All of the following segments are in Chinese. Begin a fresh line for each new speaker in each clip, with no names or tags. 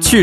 去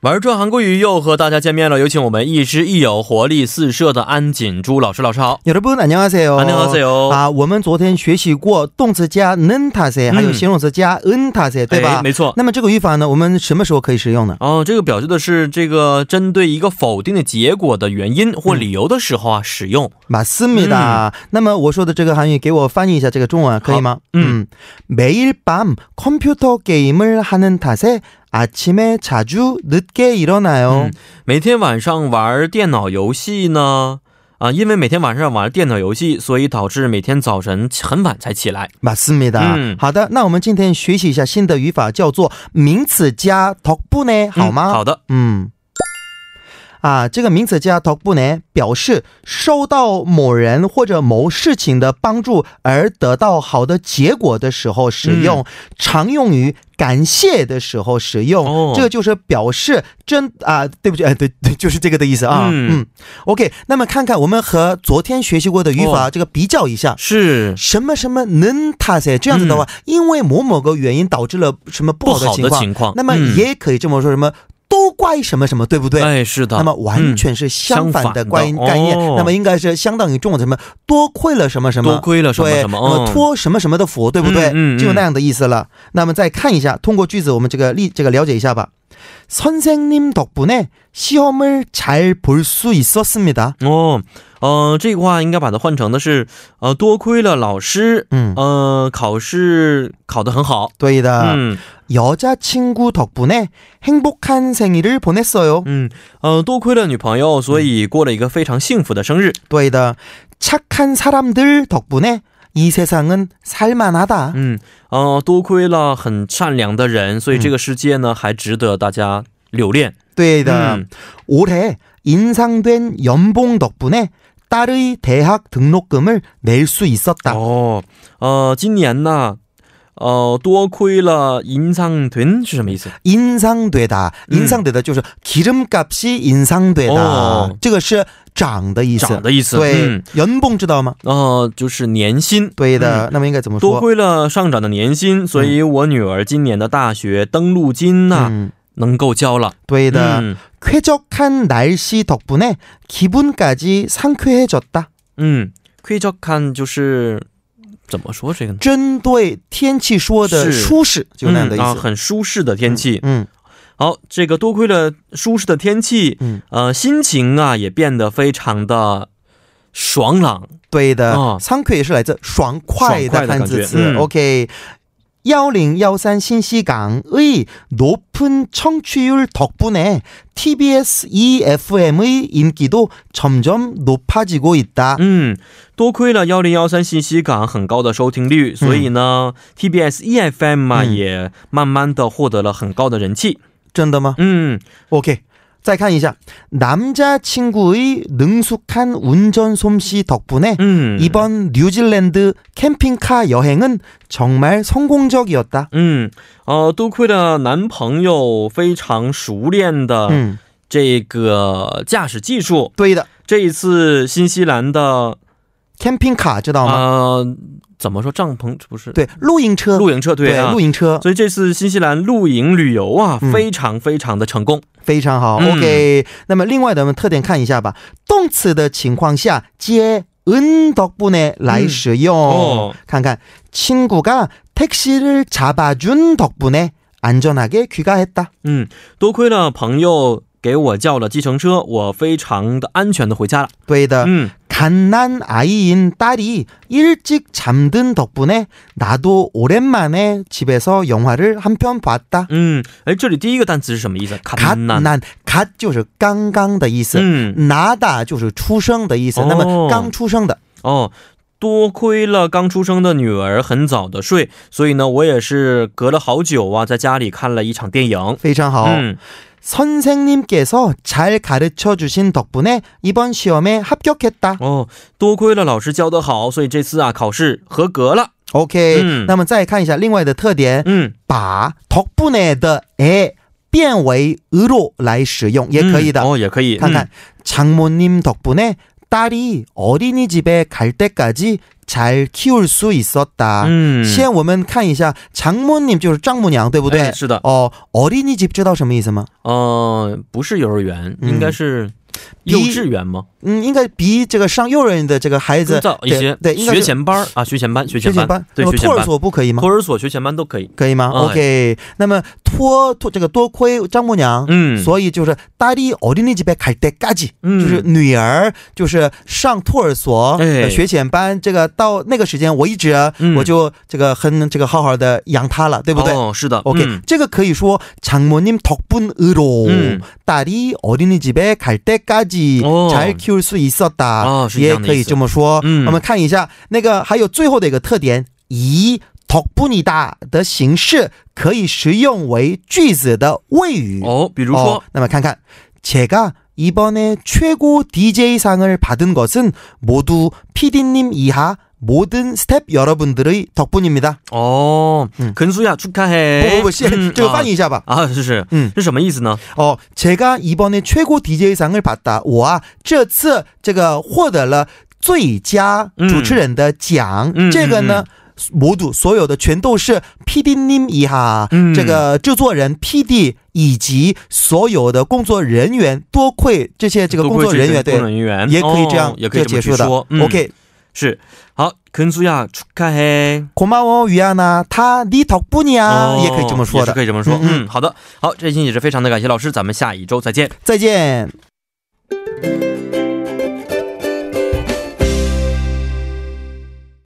玩转韩国语又和大家见面了，有请我们亦师亦友、活力四射的安锦珠老师。老师好，
여러분 안녕하세요.
안녕하세요.
啊，我们昨天学习过动词加能它세，还有形容词加恩它세，对吧？
哎没错。
那么这个语法呢，我们什么时候可以使用呢？
哦，这个表示的是这个针对一个否定的结果的原因或理由的时候啊、使用。
맞습니다那么我说的这个韩语，给我翻译一下这个中文，可以吗？
嗯
매일밤컴퓨터게임을하는탓에아침에자주늦게일어나요。
每天晚上玩电脑游戏呢，啊，因为每天晚上玩电脑游戏，所以导致每天早晨很晚才起来。
맞습니다。
嗯
好的，那我们今天学习一下新的语法，叫做名词加덕분에，好吗？
好的，
嗯，啊，这个名词加 “talk” 不呢，表示受到某人或者某事情的帮助而得到好的结果的时候使
嗯
用，常用于感谢的时候使用。
哦
这个就是表示真啊，对不起，哎，对对，就是这个的意思啊。
嗯
OK，那么看看我们和昨天学习过的语
哦
法、这个比较一下。
是
什么什么能他噻？这样子的话、
嗯
因为某某个原因导致了什么不
不
好的
好
情
的
况，
情况。
那么
嗯、
也可以这么说，什么都怪什么什么，对不对？
哎，是的。
那么完全是相反的概
嗯相反的
概念、
哦
那么应该是相当于中文的什么多亏了什么什么，
多亏了什么
对
什么，
那么
嗯
托什么什么的福，对不对？
嗯嗯嗯
就那样的意思了。那么再看一下，通过句子我们这个例这个了解一下吧。선생님덕분에시험을잘볼 수있었습니다。
哦，呃，这句话应该把它换成的是，呃，多亏了老师，
嗯，啊
呃，考试考得很好。
对的。
嗯
여자친구덕분에행복한생일을보냈어요。
嗯，呃，多亏了女朋友，所以过了一个非常幸福的生日。
对的。착한사람들덕분에이세상은살만하다。
嗯，呃，多亏了很善良的人，所以这个世界呢还值得大家留恋。嗯
对的。
음.
올해 인상된 연봉 덕분에 딸의 대학 등록금을 낼 수 있었다.
哦，呃，今年呢，呃，多亏了银仓屯是什么意思？
인상되다.
음.
인상되다. 就是 기름값이 인상되다.
어. 음.
这个是涨的意思.
涨的意思。
对,
嗯，
연봉 知道吗?
呃，就是年薪。嗯
对的.那么应该怎么说?
多亏了上涨的年薪，所以我女儿今年的大学登录金呢、能够交了。
嗯对的.
嗯
음. 쾌적한 날씨 덕분에 기분까지 상쾌해졌다.
嗯，亏着看就是怎么说这个呢？
针对天气说的
是。嗯啊，
舒适，就那样的意思。
很舒适的天气。
嗯，
好，这个多亏了舒适的天气，
嗯
呃，心情啊也变得非常的爽朗。
对的，
哦
仓库也是来自爽快的汉字词。
爽快的感觉嗯
OK，幺零幺三신시강의높은청취율덕분에 TBS EFM의 E 인기도 점점 높아지고 있다.
嗯，多亏了幺零幺三信息港很高的收听率，所以呢，TBS EFM 嘛、
嗯
啊也慢慢的获得了很高的人气。
真的吗
嗯，
？OK，再看一下남자친구의능숙한운전솜씨덕분에
嗯，
이번 뉴질랜드 캠핑카 여행은 정말 성공적이었다.
嗯，呃，多亏了男朋友非常熟练的
嗯，
这个驾驶技术，
对的，
这一次新西兰的
캠핑카 知道吗？
呃，怎么说帐篷？这不是
对，露营车，
露营车队啊
露。营车
所以这次新西兰露营旅游啊，
嗯
非常非常的成功。
非常好。
嗯
OK，那么另外的我们特点看一下吧，动词的情况下接은덕분에来使用。
哦
看看친구가택시를잡아준덕분에안전하게귀가했다。
嗯，多亏了朋友给我叫了计程车，我非常的安全的回家了。
对的，
嗯，
갓난아이인딸이일찍잠든덕분에나도오랜만에집에서영화를한 편봤다。
嗯，哎，这里第一个单词是什么意思？卡
갓
南。
난，갓就是刚刚的意思。
嗯，
拿打就是出生的意思，
哦
那么刚出生的，
哦，多亏了刚出生的女儿很早的睡，所以呢，我也是隔了好久啊，在家里看了一场电影。
非常好。
嗯，
선생님께서 잘 가르쳐 주신 덕분에 이번 시험에 합격했다.
哦，多亏了老师教得好，所以这次啊考试合格了。
OK，、
嗯
那么再看一下另外的特点，
嗯，
把 덕분에 的 에 变为으로来使用也可以的。
음, 어, 예, 嗯哦可以.
看看 장모님 덕분에 딸이 어린이집에 갈 때까지 잘 키울 수 있었다.
嗯，嗯
先我们看一下장모님就是丈母娘，对不对
哎？是的，
哦，어린이집知道什么意思吗？
呃，不是幼儿园，
嗯
应该是幼稚园吗？
嗯，应该比这个上幼儿园的这个孩
更
子
早一些，
对，对应该
学
是
前班儿啊，学前班，学
学
前
前班，
对，
那么
学前
托儿
班，
所不可以吗
托？儿所、学前班都可以。
可以吗、
哎
o k 那么托托这个多亏丈母娘，
嗯，
所以就是딸이어린이집에갈때까지。
嗯
就是女儿，就是上托儿所、
哎
呃学前班，这个到那个时间为止，
嗯
我就这个很这个好好的养她了，对不对、
哦，是的
o k
嗯
这个可以说장모님덕분으로、
嗯
딸이어린이집에갈때까지
哦
잘키울수있었다， 예,
哦是一
也
样的
可以
意思
这么说。
嗯
我们看一下那个还有最后的一个特点，以덕분이다的形式可以使用为句子的谓语。
哦，比如说，
那么看看제가이번에최고 DJ 상을 받은 것은 모두 PD님 이하 모든 스텝 여러분들의 덕분입니다.
哦
嗯，
肯苏亚出开嘿，
不不不，시-
嗯
这个翻译一下吧。
啊，啊是是，
嗯
嗯，是什么意思呢？
어, 哦 제가 이번에 최고 DJ 상을 받다.
嗯
我啊这次这个获得了最佳主持人的奖。
음, 음,
这个呢 모두 所有的全都是 PD님 이하
嗯。
这个制作人 PD 以及所有的工作人员多亏这些这个工作人员
工作人员
也可以这样
哦也可以
就
这么
结
去
束的。
说嗯
OK，
是，好，肯苏亚出开嘿，
고마워 유아나, 다네 덕분이야
哦
啊也可以这么
也
说
是
的。
可以这么说。
嗯
嗯，好的，好，这一期也是非常的感谢老师，咱们下一周再见。
再见。